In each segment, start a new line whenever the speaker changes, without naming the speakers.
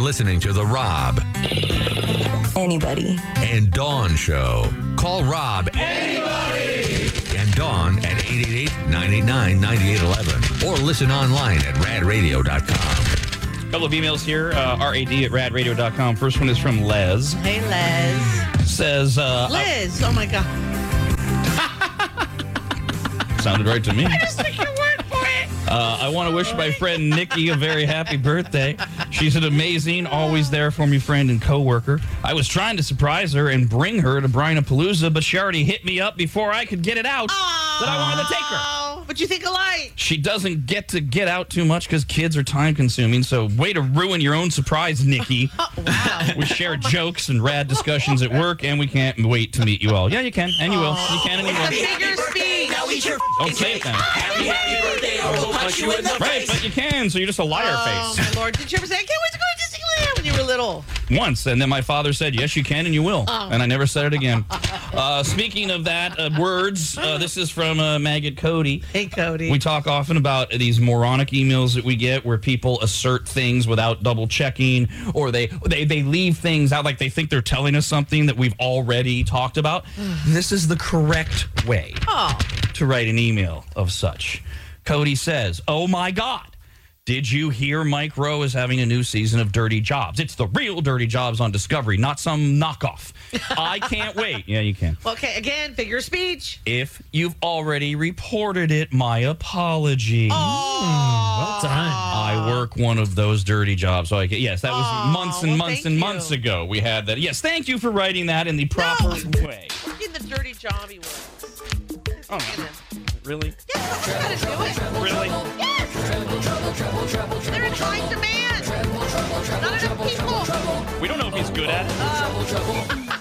listening to The Rob
Anybody.
and Dawn Show. Call Rob. Anybody! And Dawn at 888 989 9811. Or listen online at radradio.com.
couple of emails here. Uh, RAD at radradio.com. First one is from Les.
Hey, Les.
Says, uh,
Liz. Oh my God.
sounded right to me. I just took your word for it. Uh, I want to wish my friend Nikki a very happy birthday. She's an amazing, always there for me friend and coworker. I was trying to surprise her and bring her to Brian Palooza, but she already hit me up before I could get it out that I wanted to take her.
Oh, but you think alike.
She doesn't get to get out too much because kids are time consuming. So, way to ruin your own surprise, Nikki.
Oh,
Wow.
We share jokes and rad discussions at work, and we can't wait to meet you all. Yeah, you can, and you will. You can, and you
It's a
will.
bigger speech.
Now eat your
Don't say it then.
happy, happy birthday or we'll punch you in the
Right,
face.
but you can, so you're just a liar
Oh,
face.
my Lord. Did you ever say, I can't wait to go to Disneyland when you were little?
Once, and then my father said, Yes, you can, and you will.
Oh.
And I never said it again. Uh, speaking of that, uh, words, uh, this is from uh, Maggot Cody.
Hey, Cody.
We talk often about these moronic emails that we get where people assert things without double checking or they, they they leave things out like they think they're telling us something that we've already talked about. this is the correct way
oh,
to write an email of such. Cody says, "Oh my god. Did you hear Mike Rowe is having a new season of Dirty Jobs? It's the real Dirty Jobs on Discovery, not some knockoff. I can't wait." Yeah, you can.
okay. Again, figure of speech.
If you've already reported it, my apology.
Oh,
I work one of those dirty jobs. So I can, yes, that was
Aw,
months and
well,
months
thank
and
you.
months ago. We had that. Yes, thank you for writing that in the proper way.
working the dirty job he was.
Oh, really?
Yes, that's how to do it.
Really?
Yes. They're in high demand. Not enough people.
We don't know if he's good at it.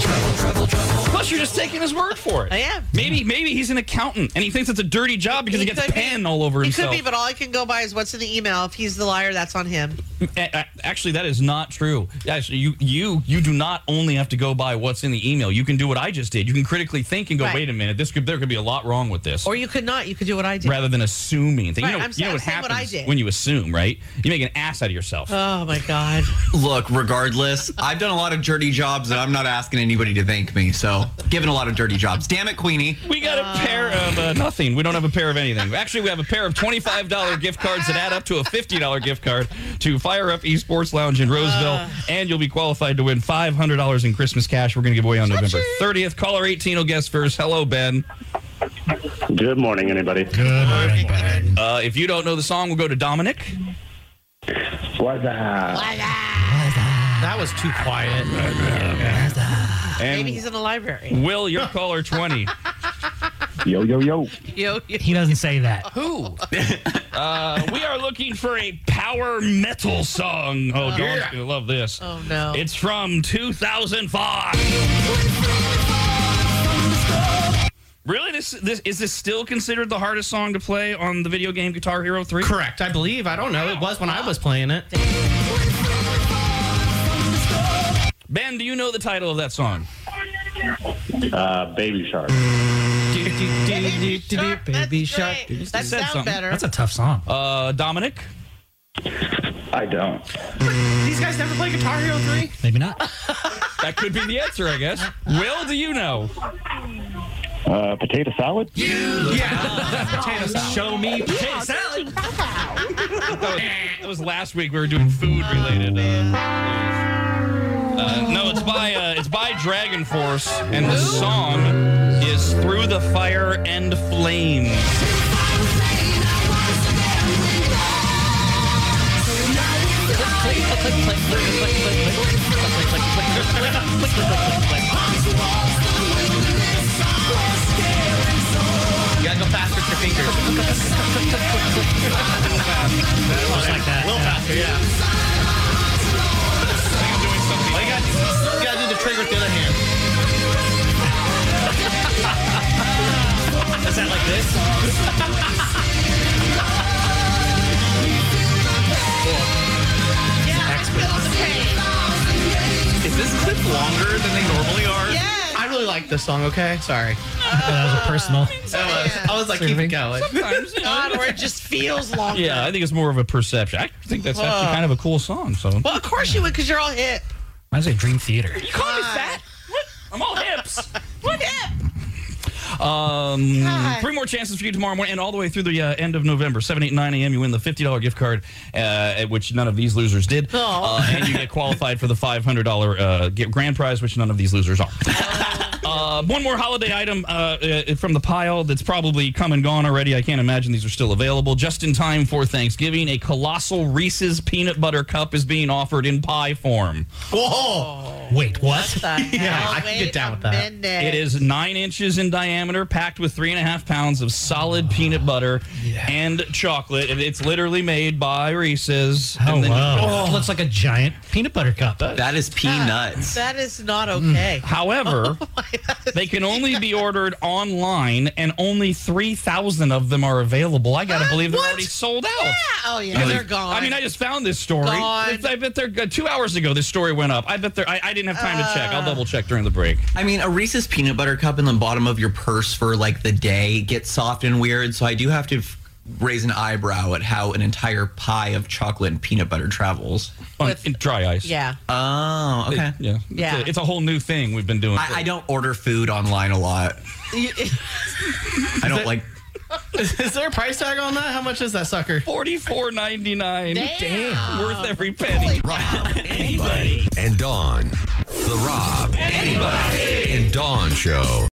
Plus, you're just taking his word for it.
I am.
Maybe, maybe he's an accountant and he thinks it's a dirty job because he, gets
could be-
pan all over
he
himself.
could be, but all I can go by is what's in the email. If he's the liar, that's on him.
A- a- Actually, that is not true. Actually, you you you do not only have to go by what's in the email. You can do what I just did. You can critically think and go,
Right.
wait a minute, this could there could be a lot wrong with this.
Or you could not. You could do what I did.
rather than assuming, things.
Right,
you know,
I'm
you know
sa-
what
I'm saying what I
happens
did.
when you assume, right? You make an ass out of yourself.
oh my God.
Look, regardless, I've done a lot of dirty jobs and I'm not asking anybody to thank me. So, given a lot of dirty jobs. Damn it, Queenie.
we got a pair of uh, nothing. We don't have a pair of anything. Actually, we have a pair of twenty-five dollar gift cards that add up to a fifty-dollar gift card to Fire Up Esports Lounge in Roseville,
Uh.
and you'll be qualified to win five hundred dollars in Christmas cash. We're going to give away on November thirtieth. Caller eighteen will guess first. Hello, Ben.
Good morning, anybody.
Uh, if you don't know the song, we'll go to Dominic.
What's up?
That was too quiet.
Maybe
And
he's in the library.
Will, your caller 20.
Yo, yo, yo.
Yo, yo.
He doesn't say that.
Who? Uh, we are looking for a power metal song. Oh, Dawn's gonna love this.
Oh no.
It's from 2005. Really, this this is this still considered the hardest song to play on the video game Guitar Hero 3?
Correct, I believe. I don't know. It was when I was playing it.
Ben, do you know the title of that song?
Uh, baby Shark.
Baby Shark,
Baby
that's
shark.
great. That
said
sounds
something.
better.
That's a tough song.
Uh, Dominic.
I don't.
These guys never play Guitar Hero 3? Maybe not.
That could be the answer, I guess. Will, do you know?
Uh, potato salad?
Potato salad. Show me potato salad.
That was, that was last week. We were doing food related. Uh, uh, no, it's by uh, it's by Dragon Force, and the song is "Through the Fire and Flames."
You gotta go fast with your fingers.
Just like that.
Oh, you, gotta, you gotta do the trigger with the other hand. Does that like this?
Yeah, I feel the pain.
Is this clip longer than they
like this song, okay? Sorry. that was a personal. I was like, keep it going.
God, where it just feels longer.
Yeah, I think it's more of a perception. I think that's actually kind of a cool song. So
Well, of course you would, because you're all hip.
Mine's a Dream Theater.
You call me fat?
I'm all hips.
What hip?
Um,
God.
three more chances for you tomorrow morning, and all the way through the uh, end of November, seven, eight, nine a.m. You win the fifty dollar gift card, uh, at which none of these losers did,
Aw.
uh, and you get qualified for the five hundred dollar uh, get- grand prize, which none of these losers are. Uh, one more holiday item uh, uh, from the pile that's probably come and gone already. I can't imagine these are still available. Just in time for Thanksgiving, a colossal Reese's peanut butter cup is being offered in pie form.
Whoa! Wait, what? yeah,
hell?
I can
Wait
get down
a
with that.
minute.
It is nine inches in diameter, packed with three and a half pounds of solid peanut butter and chocolate. And it's literally made by Reese's.
Oh,
and then you open it
wow.
up.
Oh, looks like a giant peanut butter cup.
That is peanuts.
Ah, That is not okay.
However,
Oh
they can only be ordered online, and only 3,000 of them are available. I got to believe they're
what?
already sold out.
Yeah. Oh yeah, they're gone.
I mean, I just found this story.
Gone.
I bet they're good. Two hours ago, this story went up. I bet they're. I, I didn't have time to check.
Uh,
I'll double check during the break.
I mean, a Reese's peanut butter cup in the bottom of your purse for like the day gets soft and weird. So I do have to f- raise an eyebrow at how an entire pie of chocolate and peanut butter travels.
On,
With-
in dry ice.
yeah.
Oh, okay.
Yeah.
Yeah.
It's a, it's a whole new thing we've been doing.
I, I don't order food online a lot. I don't like.
Is there a price tag on that? How much is that sucker?
Forty-four ninety-nine.
Damn. Damn.
Worth every penny.
and Dawn. The Rob, anybody, and Dawn Show.